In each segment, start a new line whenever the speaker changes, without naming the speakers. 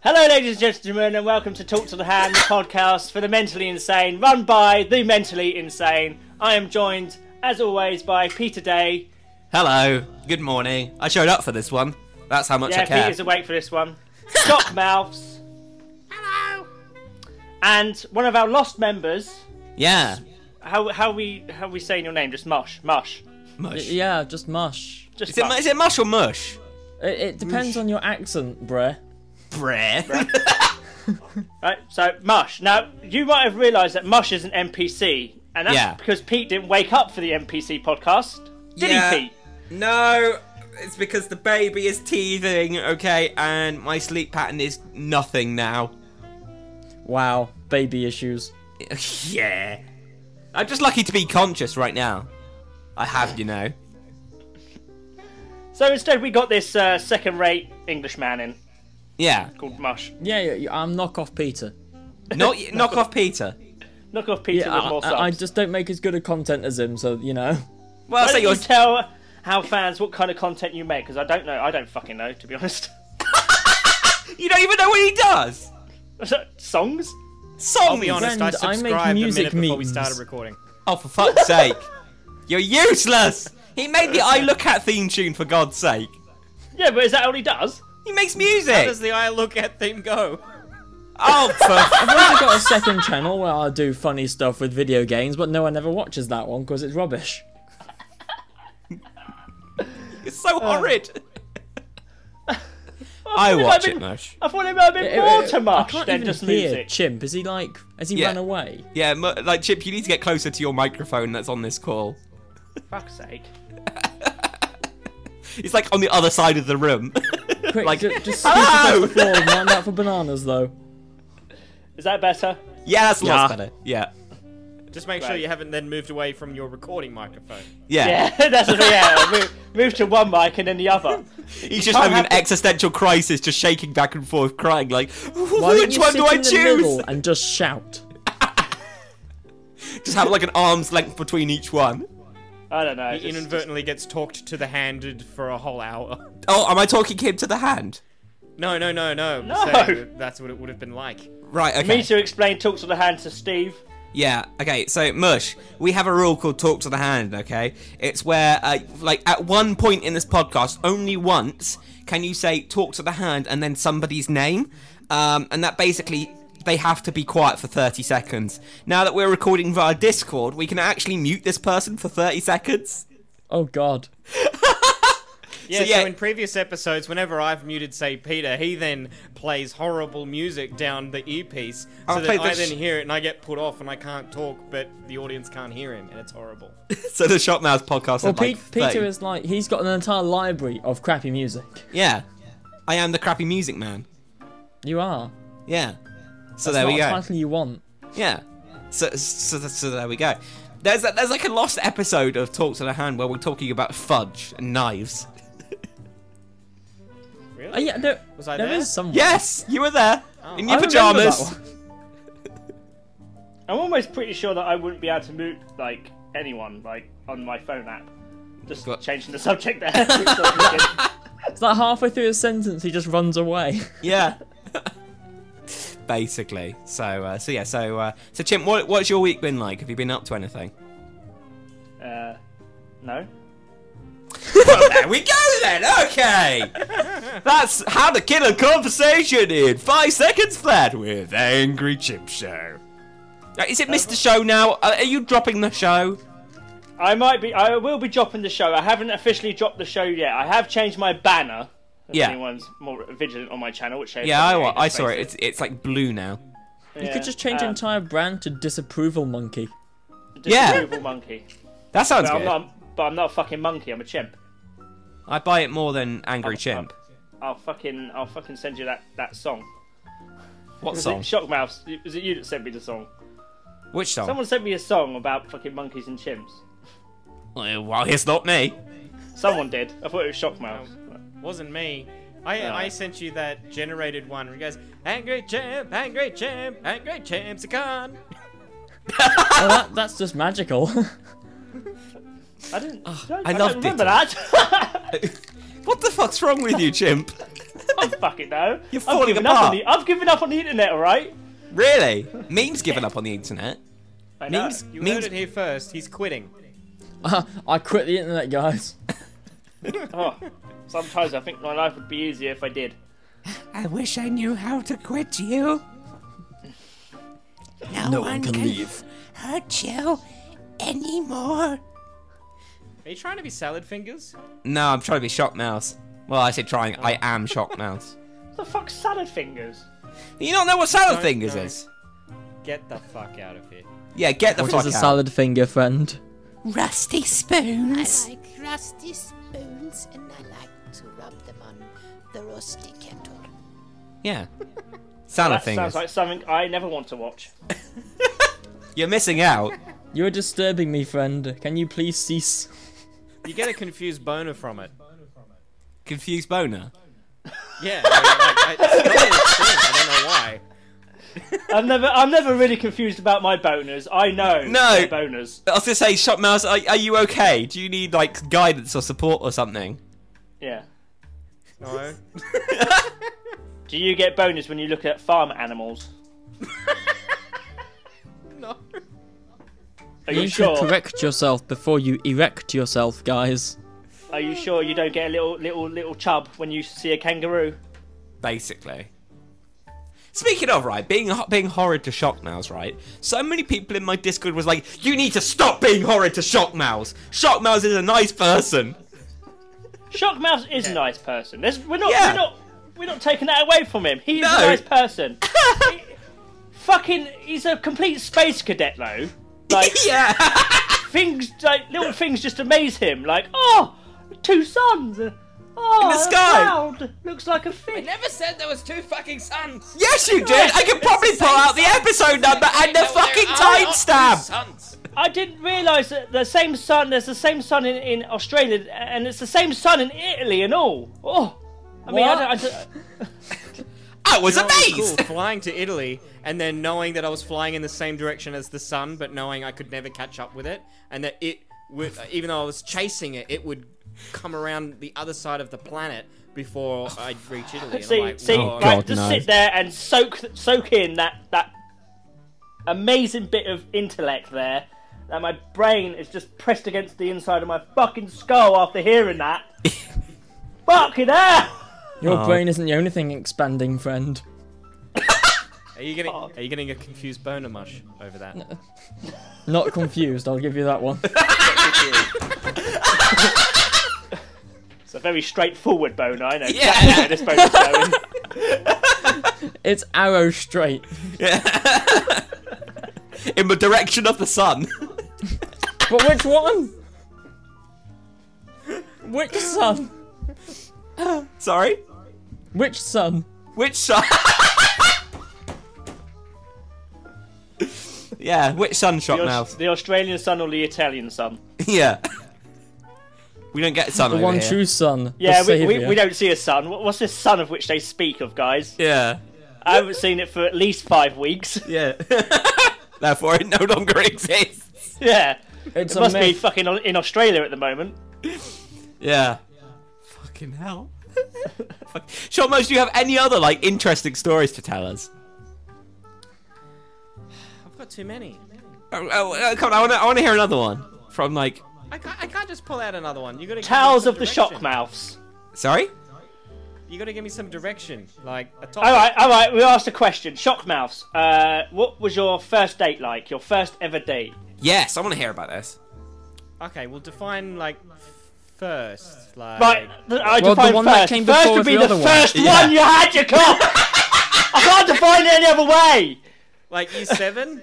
Hello, ladies and gentlemen, and welcome to Talk to the Hand, the podcast for the mentally insane, run by the mentally insane. I am joined, as always, by Peter Day.
Hello. Good morning. I showed up for this one. That's how much
Yeah,
I care.
Peter's awake for this one. Shock Mouths. Hello. And one of our lost members.
yeah.
How how we how we saying your name? Just Mush, Mush.
Mush.
Yeah, just mush.
Just
Is, it, mu-
Mush.
is it mush or mush?
It, it depends on your accent, bruh.
Breh.
Right, so Mush. Now you might have realised that Mush is an NPC, and that's
Yeah.
because Pete didn't wake up for the NPC podcast, did
Yeah.
he, Pete?
no, it's because the baby is teething, okay, and my sleep pattern is nothing now.
Wow, baby issues.
yeah. I'm just lucky to be conscious right now. I have, you know.
So instead, we got this uh, second-rate Englishman in
Yeah.
called Mush.
Yeah, yeah, yeah I'm knockoff Peter.
Not knock off Peter.
Knock off Peter
Yeah,
with
I,
more subs.
I- I just don't make as good a content as him, so you know.
Why
Well, so
don't
you're
you tell how fans what kind of content you make? Because I don't know. I don't fucking know, to be honest.
you don't even know what he does.
Songs?
Songs.
I'll be honest, I
Friend, I make
subscribed a minute
music
before we
memes.
started recording.
Oh, for fuck's sake. You're useless. He made the I Look At theme tune, for God's sake.
Yeah, but is that all he does?
He makes
How does
music.
the I look at theme go?
Oh, for
I've also got a second channel where I do funny stuff with video games, but no one ever watches that one because it's rubbish.
it's so
Oh.
horrid. I
thought it
watch
might
it,
be-
Mush.
I thought it might have been
It-
more
it-
to
I
Mush
can't
than
even
just
hear
music.
Chimp, is he like? Has he
Yeah.
run away?
Yeah, mu- like Chip, you need to get closer to your microphone that's on this call.
Fuck's sake.
It's like on the other side of the room.
Quick,
Like-
ju- just scoot across the floor and run out for bananas, though.
Is that better?
yeah, that's lots
Yeah.
better. Yeah.
Just make sure
Right.
you haven't then moved away from your recording microphone.
Yeah.
Yeah, that's what, yeah. Move, move to one mic and then the other.
He's just having an
have to-
existential crisis, just shaking back and forth, crying like,
Why don't
which
you
one
sit
do I
in the middle
choose?
and just shout?
Just have like an arm's length between each one.
I don't know.
He
just-
inadvertently gets talked to the handed for a whole hour.
Oh, am I talking him to the hand?
No, no, no, no. I'm
No.
saying That's what it would have been like.
Right, okay.
Me to explain talk to the hand to Steve.
Yeah. Okay. So Mush, we have a rule called "Talk to the Hand." Okay, it's where, uh, like, at one point in this podcast, only once can you say "Talk to the Hand" and then somebody's name, um, and that basically they have to be quiet for 30 seconds. Now that we're recording via Discord, we can actually mute this person for 30 seconds.
Oh God.
Yeah,
So,
so,
yeah.
in previous episodes, whenever I've muted, say, Peter, he then plays horrible music down the earpiece so
I'll play
that I
the sh-
then hear it and I get put off and I can't talk, but the audience can't hear him, and it's horrible.
So the Shot Mouse podcast.
Well,
had, like,
Pete, Peter
30
is like he's got an entire library of crappy music.
Yeah, I am the crappy music man.
You are.
Yeah. So
That's
there
not
we go.
a title you want.
Yeah. So, so, so there we go. There's a, there's like a lost episode of Talk to the Hand where we're talking about fudge and knives.
Really?
Oh, yeah, there,
Was I
there
there?
is someone.
Yes, you were there in
Oh. I
your
remember
pajamas.
that one.
I'm almost pretty sure that I wouldn't be able to mute like anyone like on my phone app. Just
Got-
changing the subject there. Sorry,
It's like halfway through a sentence, he just runs away.
Yeah. Basically. So uh, so yeah. So uh, so Chimp, what, what's your week been like? Have you been up to anything?
uh, no.
well, there we go then. Okay. That's how to kill a conversation in five seconds flat with Angry Chimp Show. Uh, Is it Mr. Show now? Uh, Are are you dropping the show?
I might be. I will be dropping the show. I haven't officially dropped the show yet. I have changed my banner. If
Yeah.
anyone's more vigilant on my channel, which they
Yeah, I,
probably
wa-
ain't,
I
let's
saw
face
it. It's, it's like blue now.
You
Yeah,
could just change
uh,
entire brand to Disapproval Monkey.
Yeah.
disapproval monkey.
That sounds
But I'm
good.
not. But I'm not a fucking monkey. I'm a chimp.
I buy it more than Angry
Oh,
Chimp.
I'll fucking. I'll fucking send you that that song.
What
Was
song?
it Shockmouth? Was it you that sent me the song?
Which song?
Someone sent me a song about fucking monkeys and chimps.
Well, well, it's not me.
Someone did. I thought it was Shockmouth.
Wasn't me. I,
Uh.
I sent you that generated one where he goes, Angry Champ, Angry Champ, Angry Champ's a con.
oh, that, that's just magical.
I didn't. I,
Ah, I
I don't
loved
remember
it.
that.
What the fuck's wrong with you, Chimp?
I fucking know.
You're
I've
falling
given Up
apart.
on the, I've given up on the internet, all right?
Really? Memes given up on the internet.
I know.
Memes-
You
Means-
heard it here first. He's quitting.
I quit the internet, guys.
Oh, sometimes I think my life would be easier if I did.
I wish I knew how to quit you. No, hurt you anymore.
Are you trying to be salad fingers?
No, I'm trying to be shock mouse. Well, I say trying. I am shock mouse.
What the fuck's salad fingers?
You don't know what salad
No,
fingers
no.
is?
Get the fuck out of here.
Yeah, get the
Which
fuck
is a
out.
salad finger, friend.
Rusty
I
spoons.
like rusty spoons and I like to rub them on the rusty kettle.
Yeah. Salad
That
fingers.
sounds like something I never want to watch.
You're missing out.
You're disturbing me, friend. Can you please cease?
You get a confused boner from it.
Confused boner.
Yeah. I mean, like, I, it's not in its thing, I don't know why.
I'm never, I'm never really confused about my boners. I know
No.
they're boners.
I was gonna say, shock mouse. Are, are you okay? Do you need like guidance or support or something?
Yeah.
No.
Do you get boners when you look at farm animals?
No.
Are
You,
you sure?
should correct yourself before you erect yourself, guys.
Are you sure you don't get a little, little, little chub when you see a kangaroo?
basically. Speaking of right, being being horrid to shock mouse, right? So many people in my Discord was like, "You need to stop being horrid to shock mouse. Shock mouse is a nice person."
Shockmouse is a nice person. There's, we're not,
Yeah.
we're not, we're not taking that away from him. He is
No.
a nice person. He- fucking, he's a complete space cadet though. Like
yeah,
things, like little things just amaze him. Like oh, two suns. uh, Oh,
the
a
sky.
cloud looks like a fish.
Never said there was two fucking suns.
yes, you did. I can probably pull out the episode number and the fucking
Ah,
timestamp.
I didn't realise that the same sun. There's the same sun in, in Australia, and it's the same sun in Italy and all. Oh, I mean, I
What?
don't, I don't,
I was
That was
amazed.
Cool. Flying to Italy and then knowing that I was flying in the same direction as the sun, but knowing I could never catch up with it, and that it would, even though I was chasing it, it would come around the other side of the planet before I'd reach Italy. And I'm
See,
like, oh,
see,
"Whoa."
right,
God,
just
no.
sit there and soak, soak in that that amazing bit of intellect there. That my brain is just pressed against the inside of my fucking skull after hearing that. fucking hell!
Your
Oh.
brain isn't the only thing expanding, friend.
Are you getting
Oh.
are you getting a confused boner mush over that?
Not confused, I'll give you that one.
It's a very straightforward boner. I know
Yeah.
exactly where this boner's going.
It's arrow straight.
in the direction of the sun.
But which one? Which sun?
Sorry,
Which sun?
which sun? yeah, which sun, shock
The, Aus-
mouse?
the Australian sun or the Italian sun?
Yeah. We don't get sun
The
over
one
here.
true sun.
Yeah,
the
we, we,
saviour.
we don't see a sun. What- What's this sun of which they speak of, guys?
Yeah.
I haven't seen it for at least five weeks.
Yeah. Therefore, it no longer exists.
yeah,
It's
it must
a
be
myth.
fucking in Australia at the moment.
Yeah. Fucking hell. Fuck. Shotmos, do you have any other like interesting stories to tell us?
I've got too many.
Oh, oh, oh, come on, I want to I wanna hear another one from like.
I can't, I can't just pull out another one. You gotta give me
Tales
some
of the
direction.
shock mouths.
Sorry.
You gotta give me some direction, like a topic.
All right, all right. We asked a question. Shock mouths. Uh, what was your first date like? Your first ever date?
Yes, I want to hear about this.
Okay, we'll define like first, like
Right. th- I
Well, the
define
one
first.
that came
first
before
would be the
was the other one.
first one,
Yeah.
you had your cock. I can't define it any other way.
like year seven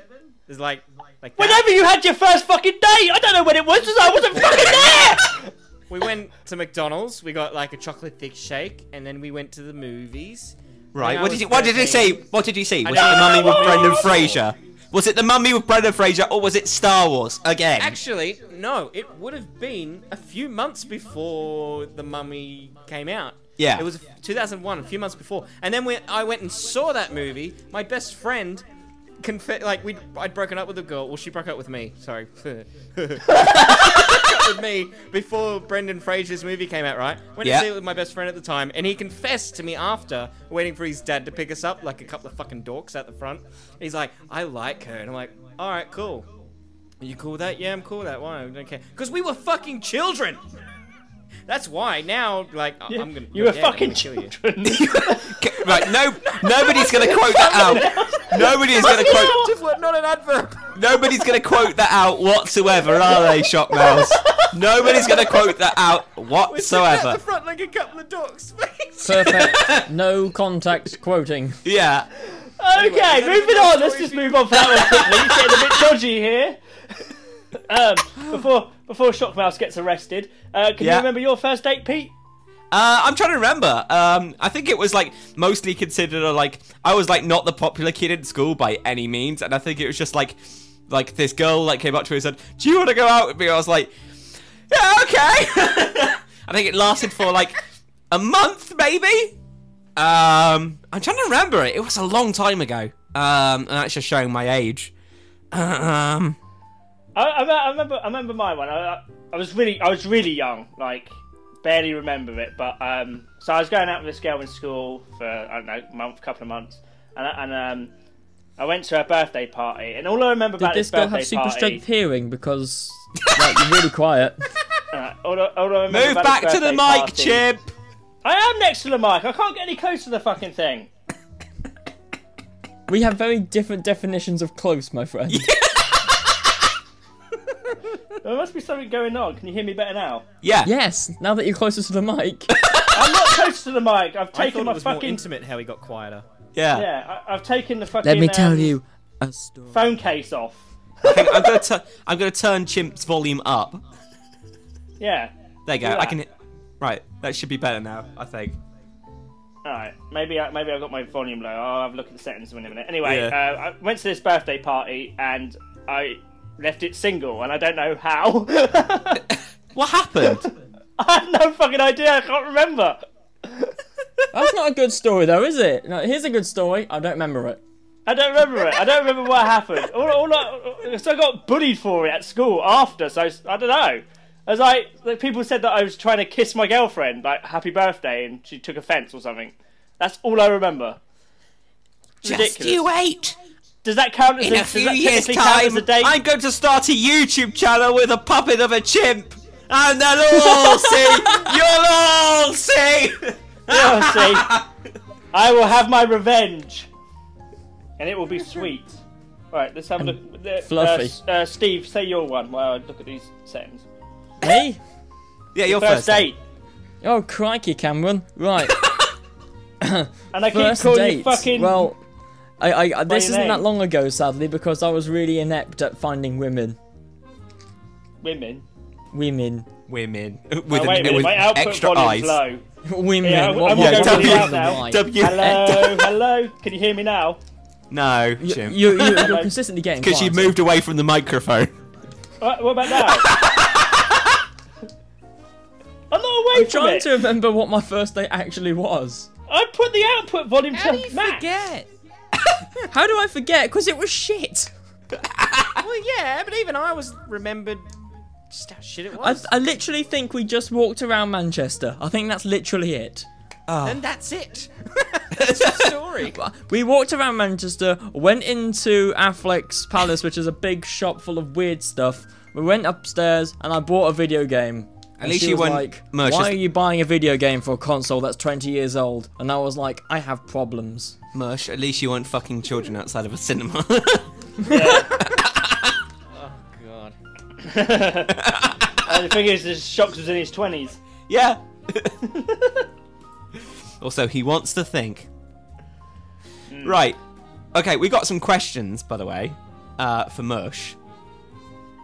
is like like that.
Whenever you had your first fucking date, I don't know when it was because I wasn't fucking there.
We went to McDonald's. We got like a chocolate thick shake, and then we went to the movies.
Right.
When I
What
was
did you What did you
13.
see? What did you see? Was it
don't
the mummy
know.
with Brendan Fraser? Was it the mummy with Brendan Fraser, or was it Star Wars again?
Actually, no. It would have been a few months before the Mummy came out.
Yeah.
It was 2001, a few months before. And then when I went and saw that movie, my best friend, conf- like we, I'd broken up with a girl. Well, she broke up with me. Sorry. it with me before Brendan Fraser's movie came out, right? Went
Yeah.
to see it with my best friend at the time, and he confessed to me after, waiting for his dad to pick us up, like a couple of fucking dorks out the front. He's like, I like her. And I'm like, all right, cool. Are you cool with that? Yeah, I'm cool with that. Why? I don't care. Because we were fucking children! That's why. Now, like, I- I'm gonna.
You were
yeah, I'm
fucking
gonna kill you.
children.
Okay, right, no, nobody's going to quote that out. Nobody is going to quote.
What, Not an adverb!
Nobody's going to quote that out whatsoever, are they, Shock Mouse? Nobody's going to quote that out
So
whatsoever.
the front like a couple of dorks.
Perfect. no contact quoting.
Yeah.
Okay, moving on. Let's just move on for that one quickly. It's getting a bit dodgy here. Um, before before Shockmouse gets arrested, uh, can
Yeah.
you remember your first date, Pete?
Uh, I'm trying to remember. Um, I think it was like mostly considered a, like I was like not the popular kid in school by any means, and I think it was just like like this girl like came up to me and said, "Do you want to go out with me?" I was like, "Yeah, okay." I think it lasted for like a month, maybe. Um, I'm trying to remember it. It was a long time ago. Um, and that's just showing my age. Um,
I, I, I remember I remember my one. I, I- I was really I was really young, like barely remember it. But um, so I was going out with this girl in school for I don't know month, couple of months, and, I- and um, I went to her birthday party, and all I remember
Did
about
this girl
birthday
have super
party,
strength hearing? Because like, you're really quiet.
uh, all, I- all I remember
move
about
back
this
to the
birthday
mic,
party-
Chip.
I am next to the mic. I can't get any closer to the fucking thing.
We have very different definitions of close, my friend.
There must be something going on. Can you hear me better now?
Yeah.
Yes, now that you're closer to the mic.
I'm not close to the mic. I've
I thought
taken
it
my
was more
fucking
intimate how he got quieter.
Yeah.
yeah. I, I've taken the fucking.
Let me tell
um,
you a story.
Phone case off.
Hang on, I'm gonna tu- I'm gonna turn Chimp's volume up.
Yeah.
There you go.
Do
I
that.
can. hit- Right, that should be better now. I think.
All right. Maybe I, maybe I got my volume low. I'll have a look at the settings in a minute. Anyway,
Yeah.
uh, I went to this birthday party and I left it single, and I don't know how. I
What happened?
have no fucking idea. I can't remember.
That's not a good story, though, is it? No, here's a good story. I don't remember it.
I don't remember it. I don't remember what happened. All, all I, so I got bullied for it at school after. So I, don't know. I was like, like, people said that I was trying to kiss my girlfriend, like happy birthday, and she took offence or something. That's all I remember. Ridiculous.
wait.
Does that count as
In a
does
few
that
years'
technically count as
time,
a date?
I'm going to start a YouTube channel with a puppet of a chimp, and they'll all see. You'll all see.
You'll see. I will have my revenge, and it will be sweet. All right, let's have a look. Uh,
fluffy.
Uh, S- uh, Steve, say your one while I look at these settings.
Me?
Yeah, your
First date.
Oh, crikey, Cameron. Right.
And I
First
keep calling
date.
you fucking
Well, I, I, I this
your
isn't
name?
that long ago, sadly, because I was really inept at finding women.
women.
Women.
Women with,
Oh, wait a
an,
minute,
with
my output
extra
volume's
eyes.
low.
Women.
Yeah, I'm-
what,
I'm
what-
gonna
what
go
do
with
you
that
mean?
now.
Why?
W-
Hello, hello. Can you hear me now?
No,
You,
Chimp.
you, you, you're consistently getting
Because you
quieter.
moved away from the microphone.
What, what about now? I'm not away
I'm
from
trying
it.
to remember what my first date actually was.
I put the output volume to max.
forget? How do I forget? Because it was shit.
Well, yeah, but even I was remembered just how shit it
I,
was.
I literally think we just walked around Manchester. I think that's literally it.
and that's it. that's the story.
We walked around Manchester, went into Affleck's Palace, which is a big shop full of weird stuff. We went upstairs and I bought a video game. At
least
she
you
was
weren't
like,
merch-
Why are you buying a video game for a console that's 20 years old? And I was like, I have problems.
Mush, at least you weren't fucking children outside of a cinema.
God.
And the thing is, this Shocks was in his twenties.
Yeah. also, he wants to think. Right. Okay, we got some questions, by the way, uh, for Mush.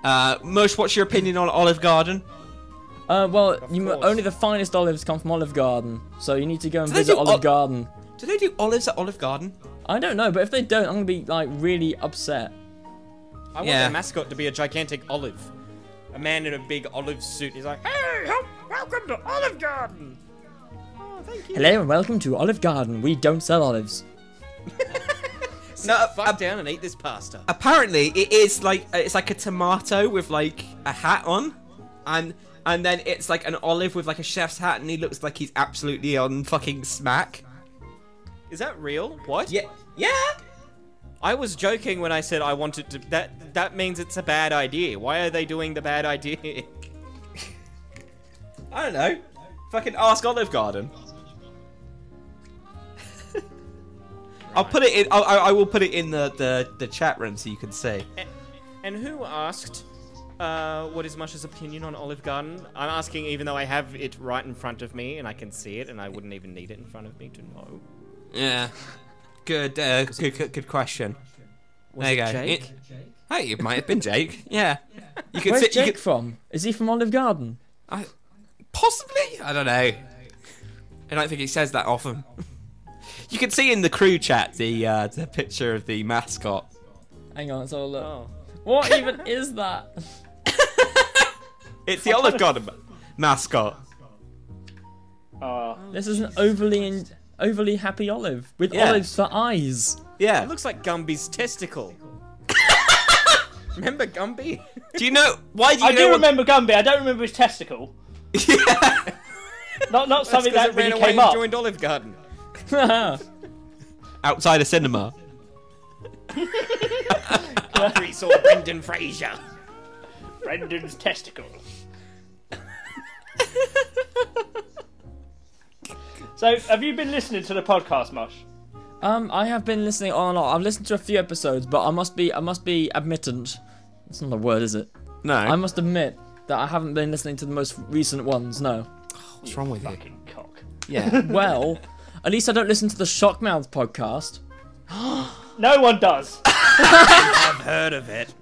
Uh, Mush, what's your opinion on Olive Garden?
Uh, well, you,
course.
only the finest olives come from Olive Garden, so you need to go and
Do they
visit
do
Olive
ol-
Garden.
Do they do olives at Olive Garden?
I don't know, but if they don't, I'm gonna be like really upset.
I want
Yeah.
their mascot to be a gigantic olive. A man in a big olive suit. He's like, hey, help, welcome to Olive Garden. Oh, thank you.
Hello and welcome to Olive Garden. We don't sell olives.
Uh,
No,
Fuck
a-
down and eat this pasta.
uh, apparently it is like it's like a tomato with like a hat on. and and then it's like an olive with like a chef's hat, and he looks like he's absolutely on fucking smack.
Is that real? What?
Yeah, yeah.
I was joking when I said I wanted to. That that means it's a bad idea. Why are they doing the bad idea?
I don't know. Fucking ask Olive Garden. I'll put it in. I'll, I I will put it in the, the, the chat room so you can see.
And who asked uh, what is Masha's opinion on Olive Garden? I'm asking even though I have it right in front of me and I can see it and I wouldn't even need it in front of me to know.
Yeah. Good. Uh, good, good. Good question.
Was
There you
it
go.
Jake?
It- Hey, it might have been Jake. Yeah. You could
Where's
sit.
Jake
You could,
from? Is he from Olive Garden?
I, possibly. I don't know. I don't think he says that often. You can see in the crew chat the uh, the picture of the mascot.
Hang on, let's have a look.
Oh.
What even is that?
It's the Olive Garden ma- mascot.
Oh,
This is an overly in, overly happy olive with
Yeah.
olives for eyes.
Yeah.
It looks like Gumby's testicle. Remember Gumby?
Do you know why do you
I
know
do
what-
remember Gumby. I don't remember his testicle.
Yeah.
Not not something
Because
that
it ran
really
away
came
and
up.
joined Olive Garden.
That's
Outside a cinema.
After he saw Brendan Fraser.
Brendan's testicle. so, have you been listening to the podcast, Mosh?
Um, I have been listening on and off. I've listened to a few episodes, but I must be I must be admittant. It's not a word, is it?
No.
I must admit that I haven't been listening to the most recent ones. No.
What's wrong with you?
Fucking cock.
Yeah.
Well, at least I don't listen to the Shockmouth podcast.
No one does.
Heard of it.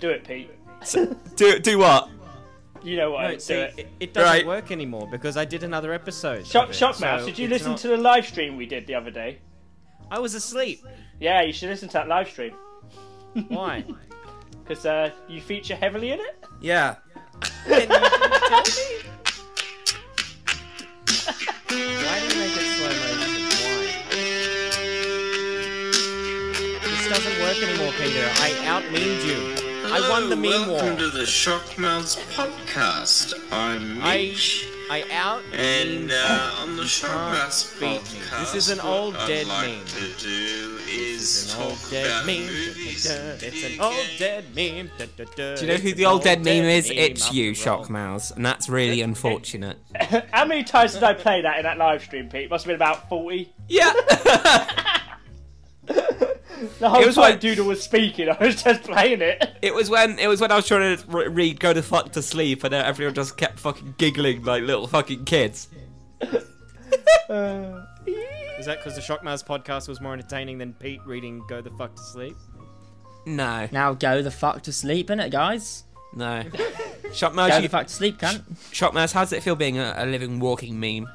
Do it, Pete.
do do what?
You know what?
No,
I would
see,
do it.
it, it doesn't
Right.
work anymore because I did another episode.
Shock,
of it,
Shockmouth,
so
did you
it's
listen
not-
to the live stream we did the other day?
I was asleep.
Yeah, you should listen to that live stream
Why?
because uh, you feature heavily in it.
Yeah.
Why do you make it slow motion? Why? This doesn't work anymore, Peter. I outmemed you. I won the meme
Hello, Welcome
war.
to the Shockmouths podcast. I'm
I-
Mitch,
I out.
and uh, on the Shockmouths
beat me.
podcast,
This is an old
what
dead
I'd like
meme.
to do
An
is talk
old dead
about
meme.
movies.
Da, da, da. It's an
video
old
games.
dead meme. Da, da, da.
Do you know
It's
who
an
the old dead meme is?
meme
It's you,
after all.
Shockmouse, and that's really unfortunate.
How many times did I play that in that live stream, Pete? Must have been about forty.
Yeah.
The whole
It was
time
like-
Doodle was speaking, I was just playing it.
it was when it was when I was trying to re- read "Go to Fuck to Sleep," and then everyone just kept fucking giggling like little fucking kids. Uh.
Is that because the Shockmouse podcast was more entertaining than Pete reading "Go the fuck to sleep"?
No,
Now go the fuck to sleep, innit, guys?
no.
Go
Shockmouse,
the
you,
fuck to sleep, cunt.
Shockmouse, how does it feel being a, a living walking meme?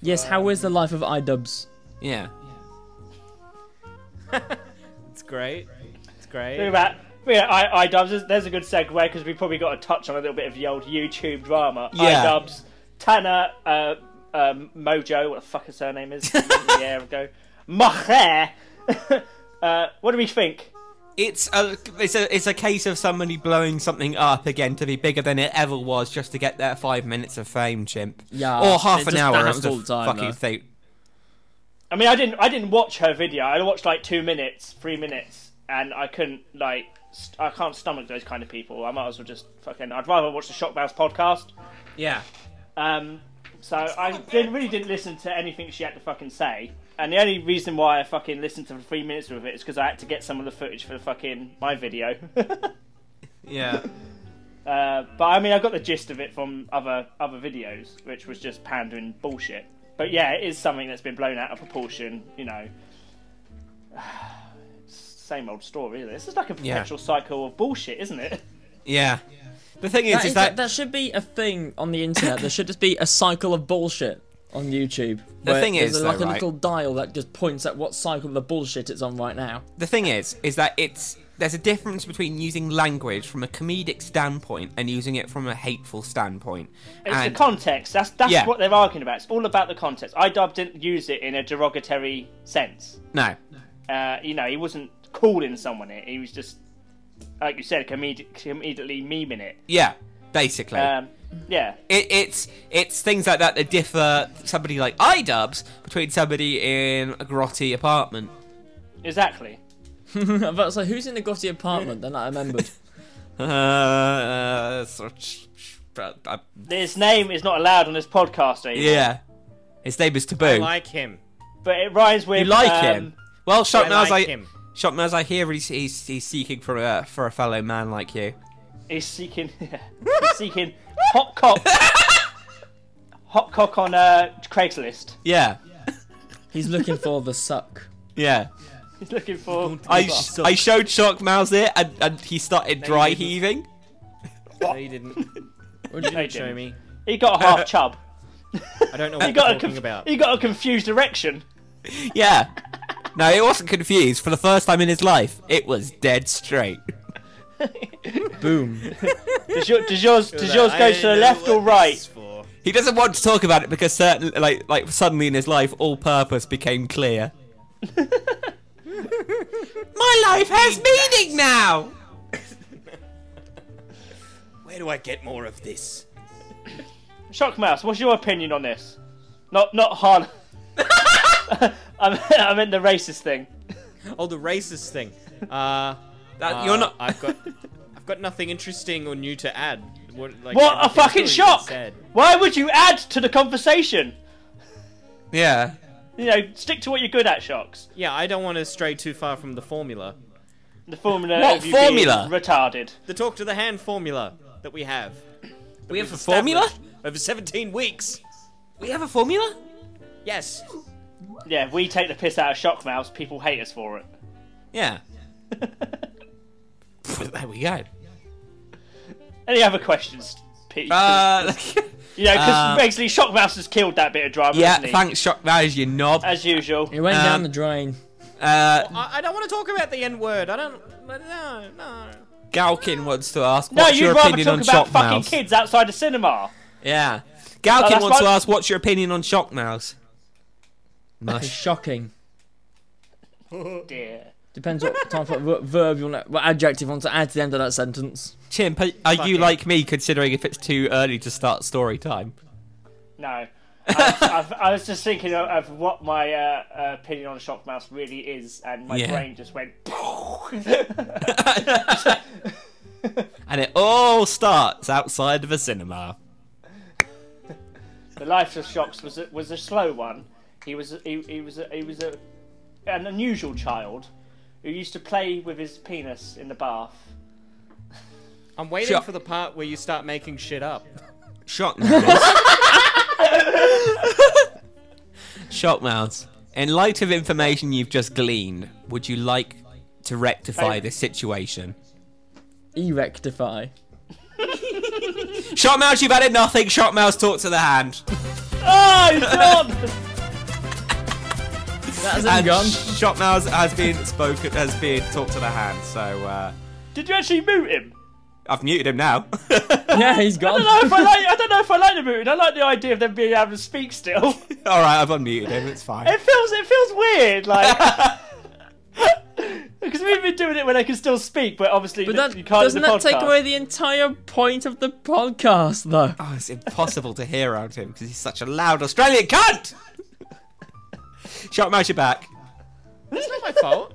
Yes, how is the life of iDubbbz?
Yeah.
It's great. It's great.
Think about yeah, I, I dubs. There's a good segue because we probably got to touch on a little bit of the old YouTube drama.
Yeah.
I dubs, Tana, uh, um, Mojo, what the fuck her surname is? a year ago, Mocher. uh, what do we think?
It's a it's a it's a case of somebody blowing something up again to be bigger than it ever was just to get their five minutes of fame, chimp.
Yeah,
Or half
it
an
just-
hour.
that
It
happens
was a
all the time,
fucking
though.
thing.
I mean, I didn't, I didn't watch her video. I watched like two minutes, three minutes, and I couldn't like, st- I can't stomach those kind of people. I might as well just fucking. I'd rather watch the Shockmouse podcast.
Yeah.
Um, so I did, really didn't listen to anything she had to fucking say. And the only reason why I fucking listened to the three minutes of it is because I had to get some of the footage for the fucking my video. uh,
Yeah.
but I mean, I got the gist of it from other other videos, which was just pandering bullshit. But yeah, it is something that's been blown out of proportion. You know, same old story. Isn't it? This is like a
Yeah.
perpetual cycle of bullshit, isn't it?
Yeah. The thing is,
That,
is
is,
that
that should be a thing on the internet. there should just be a cycle of bullshit on YouTube. where
thing
there's
is,
a-
though,
like a
right?
little dial that just points at what cycle of the bullshit it's on right now.
the thing is, is that it's there's a difference between using language from a comedic standpoint and using it from a hateful standpoint.
It's
and
the context. That's that's
Yeah.
what they're arguing about. It's all about the context. Idub didn't use it in a derogatory sense.
no,
Uh, you know, he wasn't calling someone it. He was just like you said, comedic, immediately memeing it.
Yeah, basically.
Um, yeah,
it, it's it's things like that that differ somebody like iDubbbz between somebody in a grotty apartment.
exactly.
But so who's in the Gotti apartment? Then I remembered.
Uh, sort of- uh,
His name is not allowed on this podcast anymore.
yeah, his name is Taboo.
I like him.
But it rhymes with.
you like
um,
him? Well,
I
Shopnaz,
like
I
him.
Shopnaz, I hear he's, he's he's seeking for a for a fellow man like you.
He's seeking. he's seeking hot cock. hot cock on uh, Craigslist.
Yeah,
He's looking for the suck.
yeah.
He's looking for.
I, sh- I showed Shockmouse it and, and he started dry
didn't.
heaving.
No, you didn't. You
No, he
didn't show
didn't.
me.
He got a half chub.
I don't know what
He
you're
got a
talking
conf-
about.
he got a confused erection.
Yeah. No, it wasn't confused. For the first time in his life, it was dead straight.
Boom.
Does, your, does yours does yours
I
go
don't
to the
know
left or
what this
right?
is for.
He doesn't want to talk about it because certain, like, like suddenly in his life, all purpose became clear. My life has meaning now.
Where do I get more of this?
Shock Mouse, what's your opinion on this? Not not Han. I meant- I meant the racist thing.
Oh, the racist thing. Uh,
That,
uh,
you're not.
I've got. I've got nothing interesting or new to add. What, like,
What a
everything's
fucking
already
shock!
said.
Why would you add to the conversation?
Yeah.
You know, stick to what you're good at, Shocks.
Yeah, I don't want to stray too far from the formula.
The formula.
What
of you being
formula?
Retarded.
The talk to the hand formula that we have.
We have a formula.
Over 17 weeks.
We have a formula.
Yes.
Yeah, we take the piss out of Shock Mouse. People hate us for it.
Yeah. there we go.
Any other questions, Pete?
Uh,
you know, because
uh,
basically Shock Mouse has killed that bit of drama.
yeah.
hasn't he?
Thanks, Shockmouse. You knob.
As usual.
He went down
Um,
the drain.
Uh,
I, I don't want to talk about the N word. I don't. No, no.
Galkin wants to ask.
No,
what's
you'd
your
rather
opinion
talk
on
about fucking
Shockmouse?
kids outside the cinema.
Yeah.
Oh,
Galkin
that's
wants to
one-
ask, what's your opinion on Shockmouse?
It's
Mush.
shocking.
Oh, Dear.
Depends what type of ver- verb you want, to, what adjective you want to add to the end of that sentence.
Chimp, are, are you
Fucking-
like me considering if it's too early to start story time?
No. I, I've, I was just thinking of, of what my uh, uh, opinion on Shock Mouse really is, and my
Yeah.
brain just went.
And it all starts outside of a cinema.
the life of Shocks was a, was a slow one. He was a, he, he was a, he was a, an unusual child who used to play with his penis in the bath.
I'm waiting
Sure.
for the part where you start making shit up.
Shockmouse. Shockmouse. In light of information you've just gleaned, would you like to rectify
I-
this situation?
Erectify.
Shockmouse, you've added nothing. Shockmouse, talk to the hand.
Oh, John!
That's him
And
gone.
Shockmouse has been spoken, has been talked to the hand. So uh,
Did you actually mute him?
I've muted him now.
Yeah, he's
I
gone.
don't know if I like. I don't know if I like the muting. I like the idea of them being able to speak still.
All right, I've unmuted him. It's fine.
It feels it feels weird, like because we've been doing it when I can still speak, but obviously
But
you
that,
can't in
doesn't
the
that take
podcast.
away the entire point of the podcast, though?
Oh, it's impossible to hear around him because he's such a loud Australian cunt. Shut mouse your back.
That's not my fault.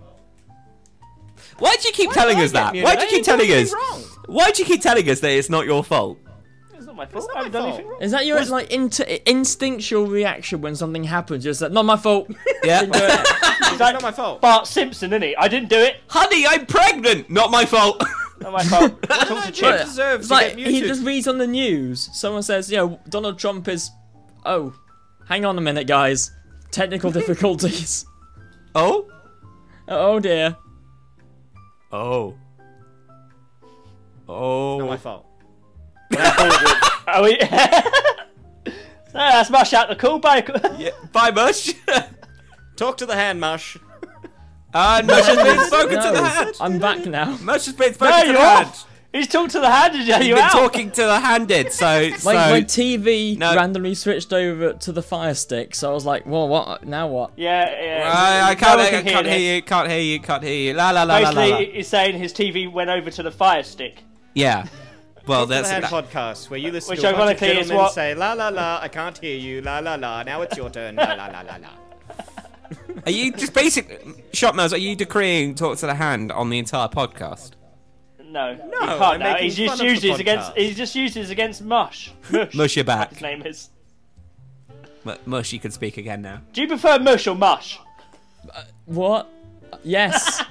Why do you keep telling
I
us
get
that?
muted.
Why
I
do you keep
ain't done
telling us?
anything wrong.
Why do you keep telling us that it's not your fault?
It's not my fault.
not
I haven't
my
done
fault.
anything wrong.
Is that your like inter- instinctual reaction when something happens? Just like, not my fault.
Yeah,
It's not my fault.
Bart Simpson, innit? I didn't do it.
honey, I'm pregnant. Not my fault.
Not my fault. Talk to
I
Chip.
deserve
It's
to
like
get
he
muted.
just reads on the news. Someone says, you know, Donald Trump is. Oh, hang on a minute, guys. Technical difficulties.
oh,
oh dear.
oh, oh.
Not my fault.
Are we? No, that's my shout to cool bike.
Yeah, bye, Mush.
Talk to the hand, Mush.
and Mush has been spoken to
No,
the hand.
I'm back now.
Mush has been spoken
No,
to
you're
the hand.
off. He's talked to the hand and you
You've
out.
been talking to the handed, so so
My, my TV
No.
randomly switched over to the Fire Stick, so I was like, well, what? Now what?
Yeah, yeah.
I, I
No
can't,
one
I,
can
can't
this.
hear you, can't hear you, can't hear you. La la la la la.
Basically,
la.
he's saying his TV went over to the Fire Stick.
Yeah. Well, Oh, that's
That's
that,
podcast where you listen
Which
to a bunch of
ironically is
gentlemen
what-
say la la la. I can't hear you. La la la. Now it's your turn. La la la la la.
Are you just basic Shotmails, are you decreeing talk to the hand on the entire podcast?
No, no, you
I'm
can't now.
making
He's
fun
just
of
used
the
his against.
podcast.
He's just used his against Mush. Mush.
Mush your
like
back.
His name is.
M- Mush, you can speak again now.
Do you prefer Mush or Mush?
What? Yes.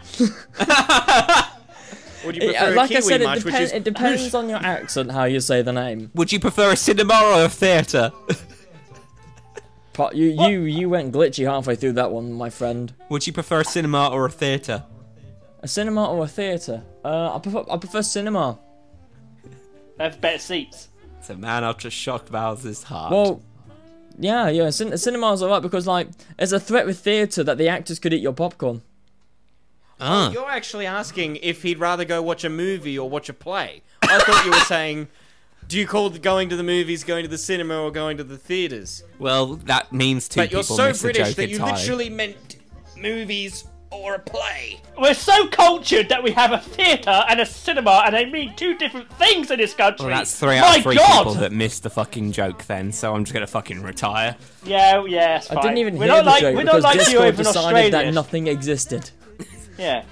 Would you
Yeah,
prefer
like
a Kiwi
I said, it,
much,
depen-
which
it
is
depends on your accent how you say the name.
Would you prefer a cinema or a theatre?
Po- you, you, you went glitchy halfway through that one, my friend.
Would you prefer a cinema or a theatre?
A cinema or a theatre? Uh, I prefer, I prefer cinema.
They have better seats.
It's a man after Shockmails' heart.
Well, yeah, yeah. Cin- cinema's alright because like, there's a threat with theatre that the actors could eat your popcorn.
Ah.
You're actually asking if he'd rather go watch a movie or watch a play. I thought you were saying, do you call going to the movies, going to the cinema, or going to the theaters?
Well, that means two
But
people
you're so
miss the
British
joke
that you
entirely.
literally meant movies or a play.
We're so cultured that we have a theatre and a cinema, and they mean two different things in this country.
Well, that's three out
My
of three
God!
people that missed the fucking joke then, so I'm just gonna fucking retire.
Yeah, yeah, it's fine.
I didn't even
we're
hear
not
the
like,
joke
We're not
because
like you
Discord
over in Australia.
decided that nothing existed.
Yeah.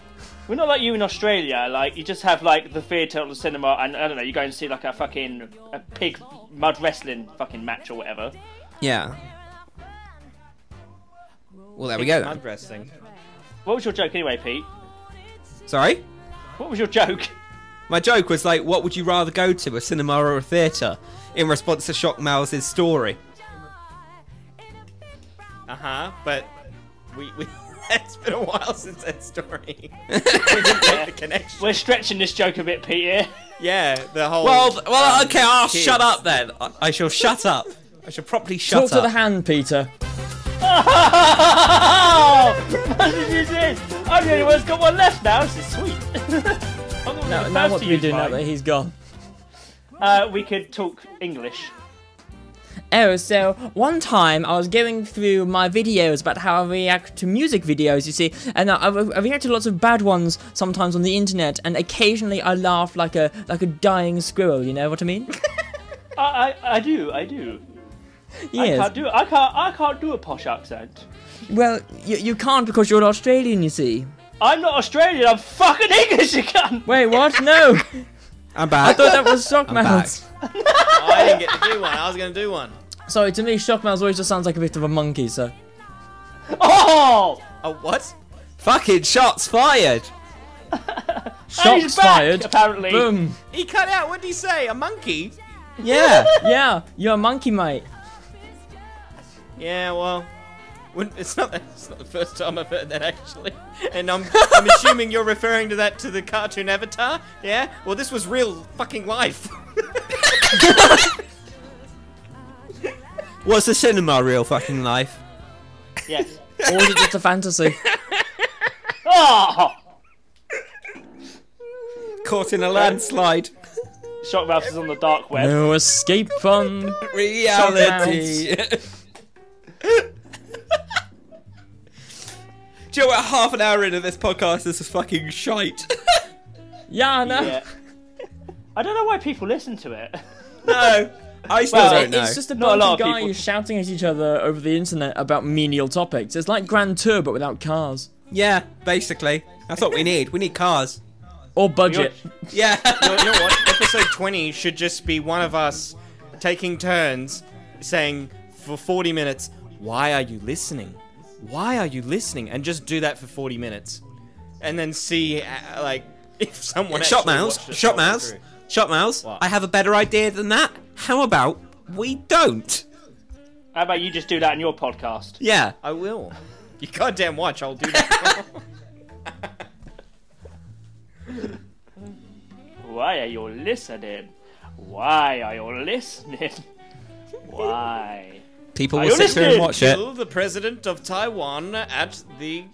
We're not like you in Australia. Like you just have like the theatre or the cinema, and I don't know. You go and see like a fucking a pig mud wrestling fucking match or whatever.
Yeah. Well, there we go then.
Mud wrestling.
What was your joke anyway, Pete?
Sorry?
What was your joke?
My joke was like, what would you rather go to, a cinema or a theatre? In response to Shockmails' story.
Uh huh. But we. we it's been a while since that story. we didn't make the connection.
We're stretching this joke a bit, Pete. Here.
Yeah, the whole.
Well, th- well,
um,
okay, I'll
kids.
shut up then. I, I shall shut up. I shall properly shut
Talk
up.
to the hand, Peter.
Oh, what did you do? I'm the only one's got one left now. This is sweet. I'm gonna
Now,
be the
now
first to
what do we
use
do now
mine.
that he's gone?
Uh, we could talk English.
Oh, so one time I was going through my videos about how I react to music videos, you see, and I, I, I react to lots of bad ones sometimes on the internet, and occasionally I laugh like a like a dying squirrel. You know what I mean?
I, I, I do, I do. I
yes.
can't do, I can't, I can't do a posh accent.
Well, you, you can't because you're Australian, you see.
I'm not Australian. I'm fucking English. You can't.
Wait, what? No,
I'm
I
back.
thought that was
back.
Shockmouth.
I didn't get to do one. I was going to do one.
Sorry, to me, Shockmouth always just sounds like a bit of a monkey. So
Oh,
A what?
Fucking shots fired.
and
shots
he's back,
fired.
Apparently.
Boom.
He cut out. What did he say? A monkey?
Yeah.
Yeah, you're a monkey, mate.
Yeah, well, wouldn't- it's not it's not the first time I've heard that actually, and I'm I'm assuming you're referring to that to the cartoon Avatar. Yeah, well, this was real fucking life.
Was the cinema real fucking life?
Yes.
Or was it just a fantasy?
Oh,
Caught in a landslide.
Shockmouth is on the dark web.
No escape from
Reality. Do you know what? Half an hour into this podcast, this is fucking shite.
Yeah, I know.
Yeah. I don't know why people listen to it.
no, I still
Well,
don't
It-
know.
It's just a
Not a
bunch
lot
of
of
guys
people.
shouting at each other over the internet about menial topics. It's like Grand Tour but without cars
Yeah, basically, that's what we need. We need cars.
or budget.
Yeah.
you know what? Episode twenty should just be one of us taking turns saying for forty minutes, "Why are you listening? Why are you listening?" and just do that for forty minutes, and then see uh, like if someone
Shot
actually
mouse,
watched it
shot
all the way
mouse,
through.
shot mouse.
What?
I have a better idea than that. How about we don't?
How about you just do that in your podcast?
Yeah.
I will. You goddamn watch, I'll do that.
Why are you listening? Why are you listening? Why?
People
Are
will
you
sit there and
listening?
watch it.
Kill the president of Taiwan at the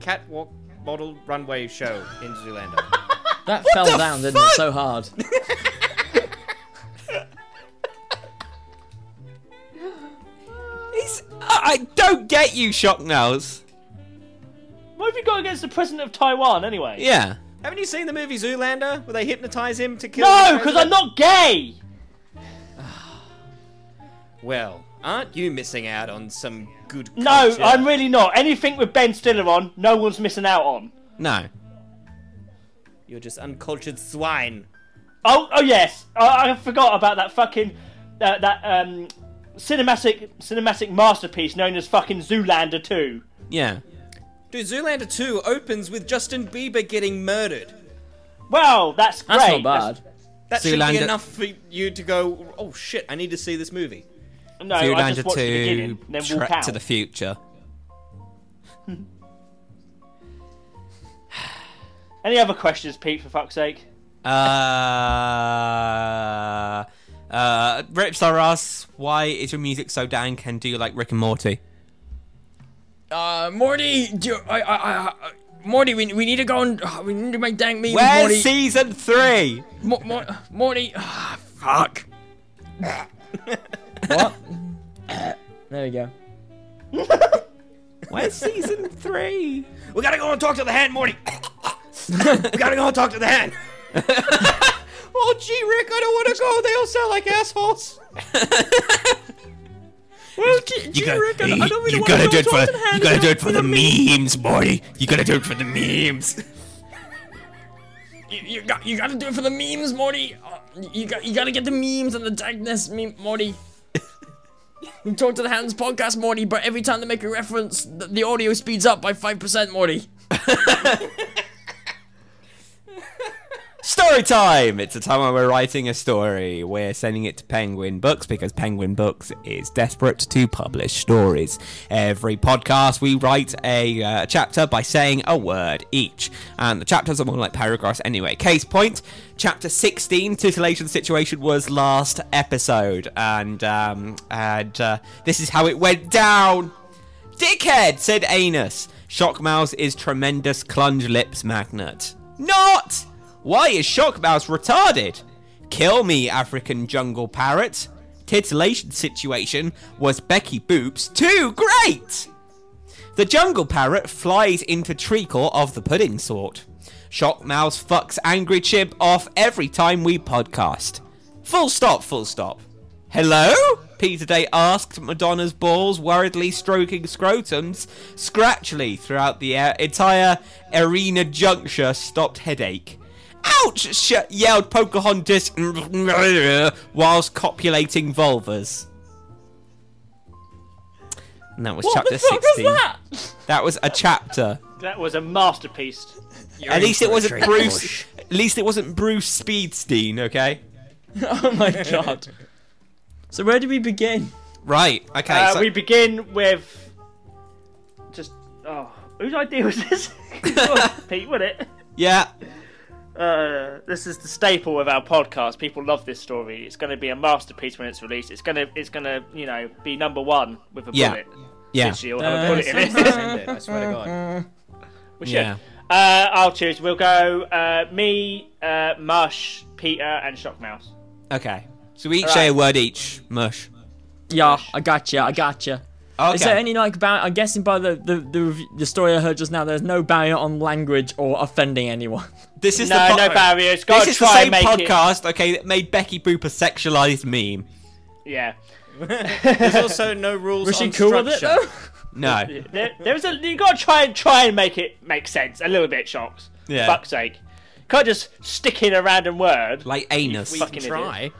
catwalk model runway show in Zoolander.
That fell down, didn't it? So hard.
He's, I I don't get you, Shocknose.
What have you got against the president of Taiwan anyway?
Yeah.
Haven't you seen the movie Zoolander where they hypnotize him to kill?
No,
the
because I'm not gay.
Well, aren't you missing out on some good?
No,
culture?
I'm really not. Anything with Ben Stiller on, no one's missing out on.
No.
You're just uncultured swine.
Oh, oh yes, I, I forgot about that fucking uh, that um cinematic cinematic masterpiece known as fucking Zoolander 2.
Yeah.
Dude, Zoolander 2 opens with Justin Bieber getting murdered.
Well, that's great.
That's not bad.
That should
Zoolander-
be enough for you to go, oh shit, I need to see this movie.
That's- no, I just
Zoolander
watched the beginning,
2,
then walk
Trek
out.
to the Future.
Any other questions, Pete? For fuck's sake.
Uh, uh, Ripstar asks, why is your music so down? Can do like Rick and Morty?
Uh, Morty, do, I, I, I, I- Morty, we, we need to go and uh, we need to make dang me.
Where's
Morty,
season three?
Mo- Mo- Morty, ah, fuck. what? there we go.
Where's season three?
We gotta go and talk to the hand, Morty. we gotta go and talk to the hand. oh gee, Rick, I don't wanna go. They all sound like assholes.
Well, gee, gee, Rick, I, I don't really want to go talk to the hand.
gotta do it for the memes, Morty. You gotta do it for the memes.
You, you, got, you gotta do it for the memes, Morty. Uh, you, got, you gotta get the memes and the dagness, meme, Morty. we talk to the hands podcast, Morty, but every time they make a reference, the, the audio speeds up by 5%, Morty.
Story time! It's a time where we're writing a story. We're sending it to Penguin Books because Penguin Books is desperate to publish stories. Every podcast, we write a uh, chapter by saying a word each. And the chapters are more like paragraphs anyway. Case point Chapter 16, Titillation Situation, was last episode. And, um, and uh, this is how it went down. Dickhead, said Anus. Shockmouse is tremendous clunge lips magnet. Not! Why is Shockmouse retarded? Kill me, African jungle parrot. Titillation situation was Becky Boops too great! The jungle parrot flies into treacle of the pudding sort. Shockmouse fucks angry chimp off every time we podcast. Full stop, full stop. Hello? Peter Day asked Madonna's balls, worriedly stroking scrotums, scratchily throughout the air. entire arena juncture stopped headache. Ouch! Sh- yelled Pocahontas whilst copulating vulvas. And that was chapter 16. That was a chapter.
That was a masterpiece.
At least it wasn't Bruce. At least it wasn't Bruce Speedstein. Okay.
Oh my god. So where do we begin?
Right. Okay.
Uh,
so
We begin with just oh, whose idea was this? Pete, would it?
yeah.
Uh, this is the staple of our podcast. People love this story. It's going to be a masterpiece when it's released. It's going to, it's going to, you know, be number one with a
Yeah.
bullet.
Yeah.
Literally, it'll have a
Uh,
bullet in it.
Send it, I swear to God.
We should.
Yeah.
Uh, I'll choose. We'll go uh, me, uh, Mush, Peter, and Shockmouse.
Okay. So we each
Alright.
say a word each. Mush.
Yeah, I gotcha, I gotcha.
Okay.
Is there any like bar- I'm guessing by the the, the rev- the story I heard just now, there's no barrier on language or offending anyone.
this is
No,
the po-
no barriers. Got
This
to
is the
try
same
and make it.
podcast. Okay, that made Becky Boop a sexualized meme.
Yeah.
There's also no rules
Was she
on
cool with it
structure.
though?
No.
There, there is a. You got to try and try and make it make sense a little bit. Shocks.
Yeah.
Fuck's sake. Can't just stick in a random word.
Like anus.
We
Fucking idiot.
can try.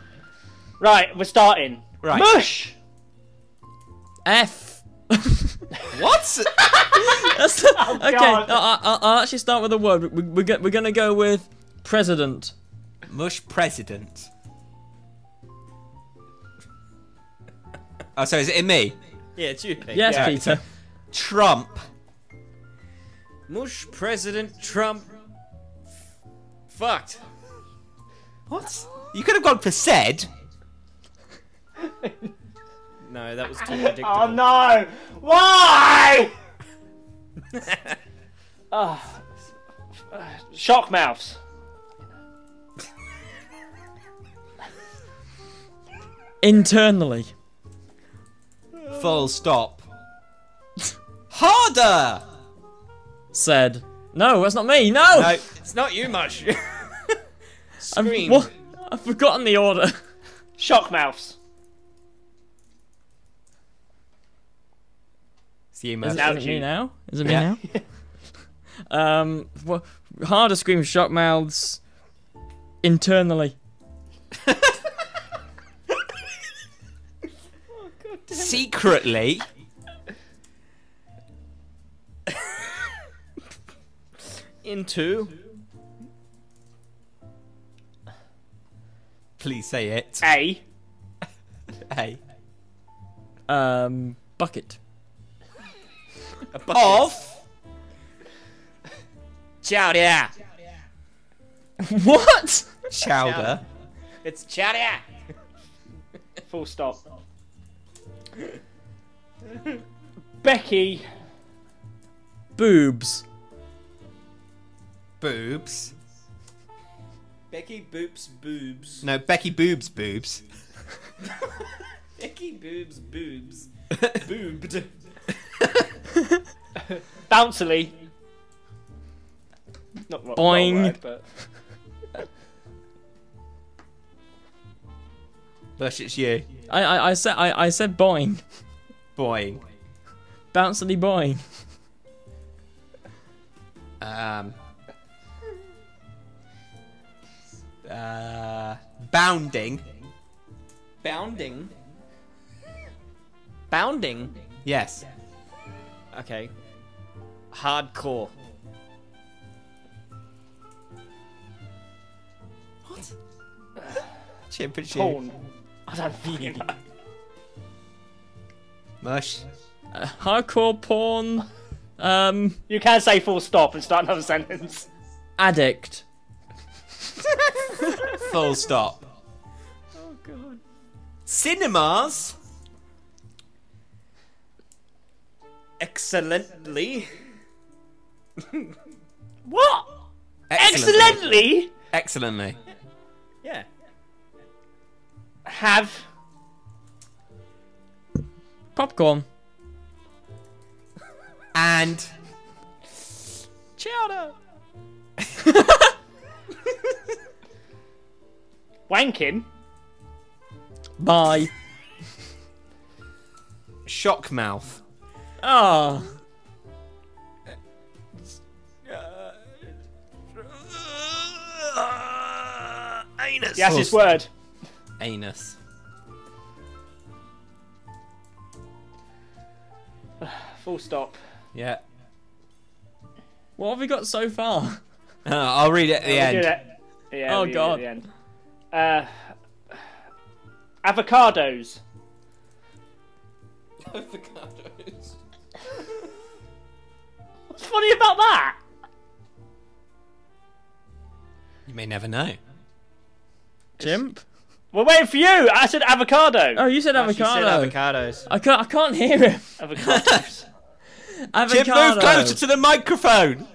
Right, we're starting.
Right.
Mush.
F.
What?
That's- okay,
God.
I, I, I'll actually start with a word. We, we're, go- we're gonna go with president.
Mush president. Oh, so is it me?
Yeah, it's you. Pete.
Yes,
Yeah.
Peter.
Trump.
Mush President Trump. Fucked.
What? You could have gone for said.
No, that was too predictable.
Oh
Um,
no! Why? oh. Shock mouths.
internally.
Full stop. Harder!
Said, no, that's not me. No,
No,
It's not you, Mush.
I've,
Scream.
what? I've forgotten the order.
Shock mouths.
it's you,
Is it,
Mush.
Now
is it me
you.
now? Is it me
Yeah.
now? um, wha- harder scream shock mouths internally.
Secretly.
Into.
Please say it.
A.
Hey.
Um, bucket.
Of.
Chowder.
What?
Chowder.
It's chowder.
Full stop. Becky.
Boobs.
Boobs.
Becky boops boobs.
No, Becky Boobs boobs.
Becky boobs boobs. Boobed.
Bouncerly. Not what
Boing.
Word, but
Bush, it's you.
I I, I said I, I said boing.
Boing.
Bouncily boing.
Um. Uh, bounding.
Bounding. Bounding.
Yes.
Okay. Hardcore.
Chip and chip.
porn. I don't fucking know.
Mush.
Hardcore porn. Um,
You can say full stop and start another sentence.
addict.
Full stop.
Oh god.
Cinemas.
Excellently.
What? Excellently
Excellently.
Yeah.
have
Popcorn.
And
Chowder.
wanking.
Bye.
shock mouth.
Ah.
Anus.
Yes, his word.
Anus.
Full stop.
Yeah.
What have we got so far?
Uh, I'll read it at the
We do
end.
that. Yeah,
Oh,
we do it at
God.
the end. Uh, avocados.
Avocados.
What's funny about that?
You may never know.
Jimp.
We're waiting for you. I said avocado.
Oh, you said avocado.
avocados.
I can't. I can't hear him.
Avocados.
Avocado.
Chip, move closer to the microphone.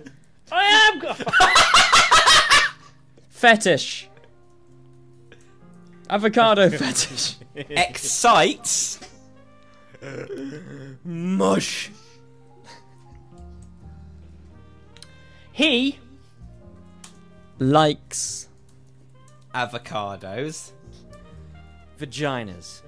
I am.
Fetish. Avocado fetish.
Excites. Mush.
He
Likes.
Avocados.
Vaginas.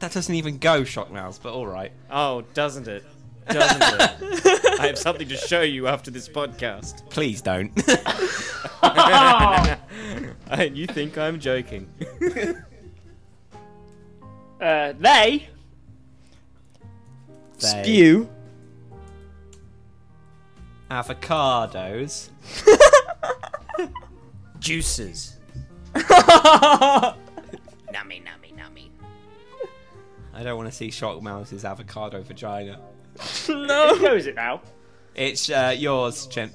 That doesn't even go shock mouths, but all right.
Oh, doesn't it? Doesn't it? I have something to show you after this podcast.
Please don't. Oh.
And you think I'm joking?
Uh, they
Spew.
Avocados.
Juices.
Nummy, nummy, nummy.
I don't want to see shock mouth's avocado vagina.
no. Who is it now?
It's uh, yours, Chimp.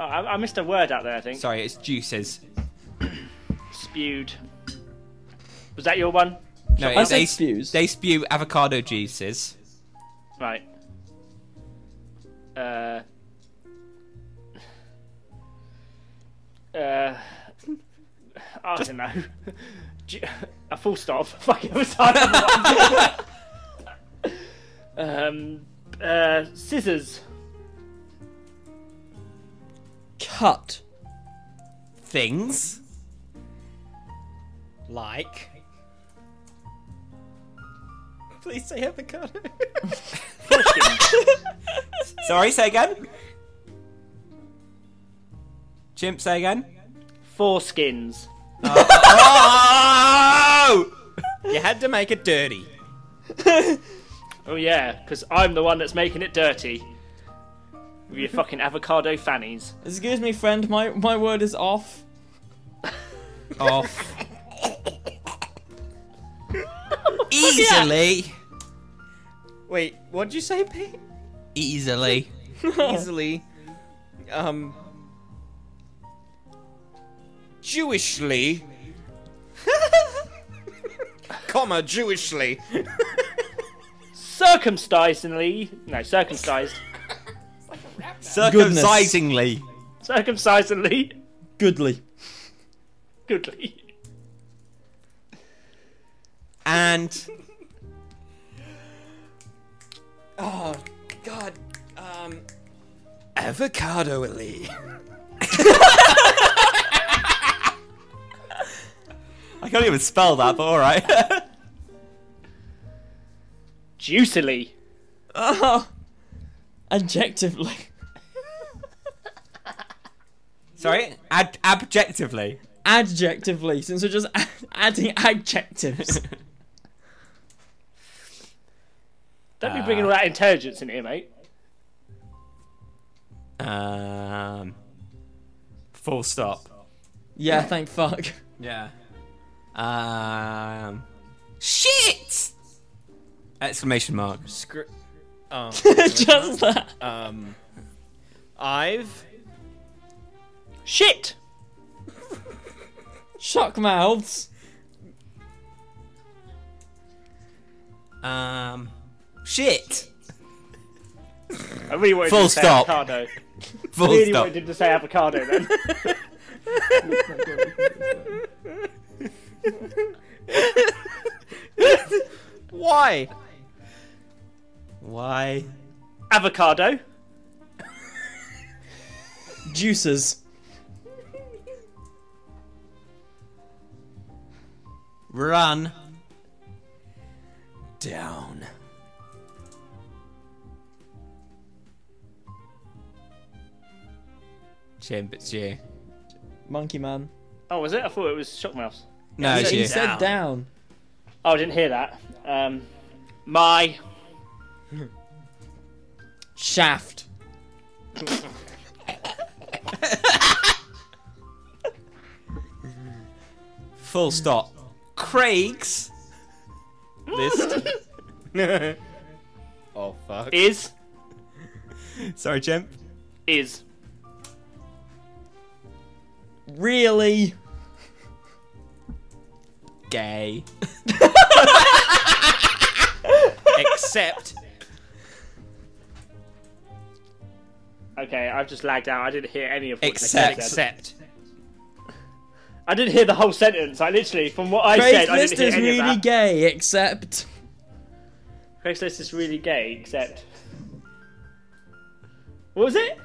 Oh, I, I missed a word out there. I think
Sorry, it's juices.
spewed. Was that your one?
No,
I
it-
said
they,
spews.
they spew avocado juices.
Right. Uh. Uh. I don't know. G- a full stop. Fuck it, I was hard on one. um, uh, scissors.
Cut.
Things.
Like. Please say avocado.
Sorry, say again. Chimp, say again.
Foreskins.
Oh!
you had to make it dirty.
Oh yeah, because I'm the one that's making it dirty. With your fucking avocado fannies.
Excuse me, friend. My my word is off.
Off. Easily.
Wait, what did you say, Pete?
Easily.
Easily. Um. Jewishly. comma, Jewishly.
Circumcisingly, no, circumcised.
Circumcisingly.
circumcisingly,
Goodly.
goodly.
And
Oh, God. Um. Avocado Lee.
I can't even spell that, but alright.
Juicily.
Oh. Adjectively.
Sorry? Ad- abjectively.
Adjectively, since we're just ad- adding adjectives.
Don't be bringing all that intelligence in here, mate.
Um. Full stop.
yeah, thank fuck.
Yeah. Um. Shit! Exclamation mark.
Scr- um,
just that.
um. I've.
Shit.
Shock mouths.
Um. Shit!
I really wanted
Full
to say
stop.
avocado.
Full
really
stop.
wanted to say avocado then.
Why?
Why?
avocado.
Juices.
Run.
Down.
Chimp, it's you.
Monkey man.
Oh, was it? I thought it was shock mouse.
No, it's
he
you.
said down.
Oh, I didn't hear that. Um, my
Shaft.
Full stop. Craig's.
List. oh, fuck.
is
Sorry, Chimp.
is
Really?
Gay.
Except.
okay. I've just lagged out. I didn't hear any of what
Except-
they said.
Except.
I didn't hear the whole sentence. I literally, from what I said, I
Craigslist
didn't hear
is
any of
really
that.
gay, except.
Craigslist is really gay, except. What was it?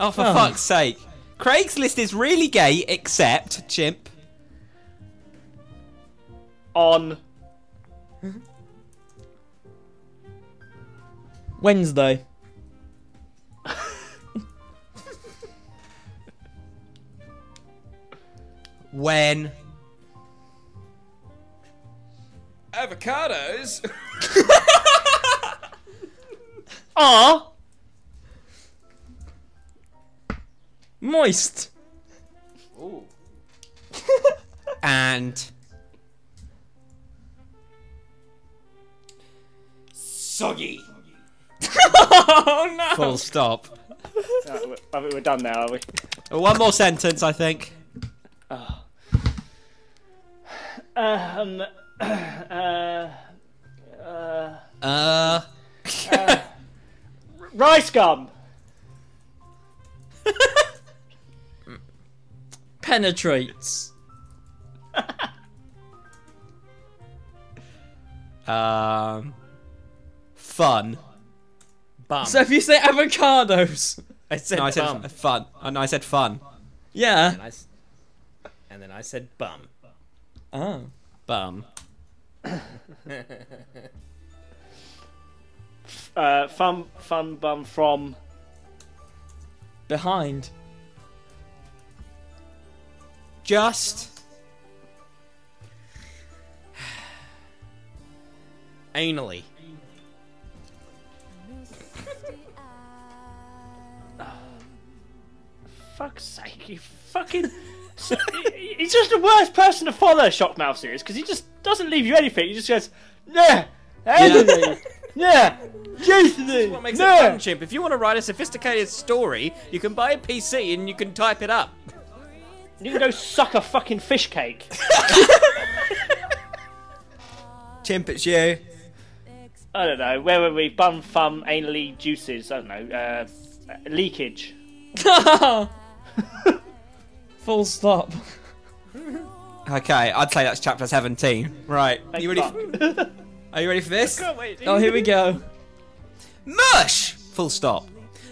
Oh, for
Oh.
fuck's sake. Craigslist is really gay, except chimp.
On
Wednesday.
When
Avocados?
are
Moist.
and soggy.
Oh no!
Full stop.
Oh, we- I think we're done now, are we?
One more sentence, I think.
Um. Uh,
Uh,
rice gum.
Penetrates.
Um, fun.
Bum.
So if you say avocados,
I said
No, I said
bum.
f- fun. Oh, no, I said fun.
yeah.
and, I s- and then I said bum.
Oh.
Bum.
Uh, fun, fun bum from.
Behind.
Just
Anally.
Fuck's sake, you fucking. He's just the worst person to follow Shockmouth series because he just doesn't leave you anything. He just goes, yeah, Anthony, yeah, Jason,
What makes it
yeah.
fun, Chimp? If you want to write a sophisticated story, you can buy a PC and you can type it up.
You can go suck a fucking fish cake.
chimp, it's you.
I don't know. Where were we? Bum, fum, anally, juices. I don't know. Uh, leakage.
Full stop.
Okay, I'd say that's chapter 17. Right. Are you ready?
Fuck.
f- Are you ready for this?
Oh, here we go.
Mush! Full stop.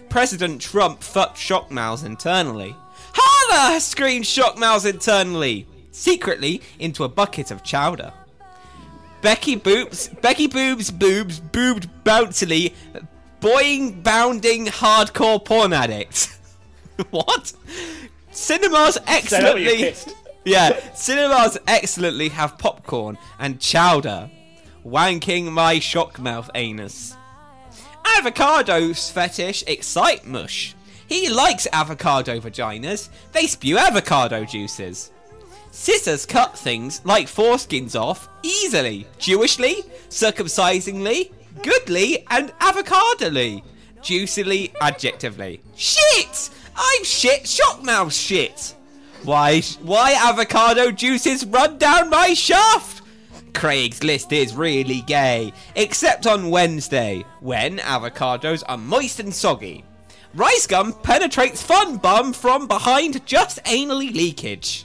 President Trump fucked Shockmouse internally. Holla! screamed Shockmouse internally, secretly into a bucket of chowder. Becky Boobs, Becky Boobs, boobs, boobed bouncily, boing, bounding, hardcore porn addict. what? Cinemas
So that was your
excellently.
fist.
Yeah, cinemas excellently have popcorn and chowder. Wanking my shock mouth anus. Avocados fetish excite mush. He likes avocado vaginas. They spew avocado juices. Scissors cut things like foreskins off easily, Jewishly, circumcisingly, goodly, and avocadoly, juicily, adjectively. Shit! I'm shit, shockmouth shit. Why? Why avocado juices run down my shaft? Craig's list is really gay, except on Wednesday, when avocados are moist and soggy. Rice gum penetrates fun bum from behind just anally leakage.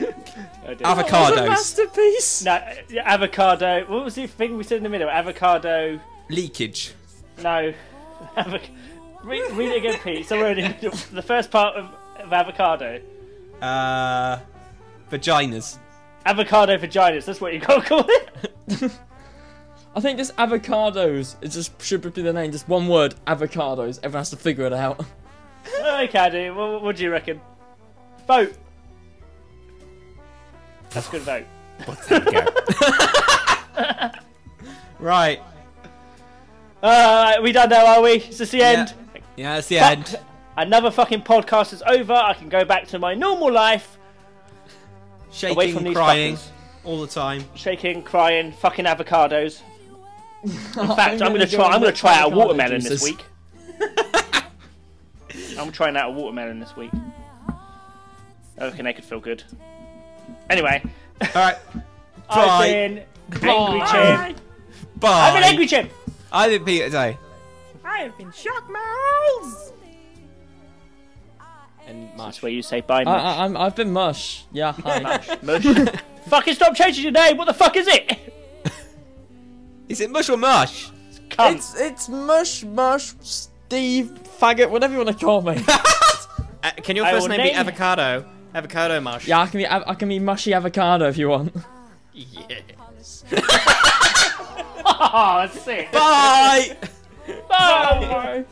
Oh, dear.
Avocados.
Masterpiece.
No, uh, avocado. What was the thing we said in the middle? Avocado.
Leakage.
No. Avoc- read, read it again, Pete. Somewhere in the, middle. the first part of, of avocado.
Uh. Vaginas.
Avocado vaginas. That's what you got to call it.
I think just avocados. It just should be the name. Just one word. Avocados. Everyone has to figure it out.
okay, Andy. What, what do you reckon? Vote. That's a good vote.
Right.
Uh, we done now, are we? Is this the end?
Yeah, that's the
Fuck.
end.
Another fucking podcast is over. I can go back to my normal life, away from
Shaking,
these
crying,
fuckers.
all the time.
shaking, crying, fucking avocados.
In
In fact, I'm gonna try. I'm gonna try out a watermelon this week. I'm trying out a watermelon this week. I reckon they could feel good. Anyway,
Alright.
I've
Bye.
been angry chimp. I've been angry chimp.
I didn't pee today.
I have been shocked, Miles.
And
That's
Marsh.
where you say bye,
I,
mush.
I, I'm, I've been mush. Yeah. Hi.
mush. fucking stop changing your name. What the fuck is it?
Is it mush or mush?
Cunt.
it's it's mush mush Steve faggot whatever you want to call me.
Uh, can your
I
first
will
name, be
name-
Avocado? Avocado Marsh.
yeah, I can be I, I can be mushy avocado if you want.
Yes.
Oh, that's it.
Bye!
Bye.
Bye.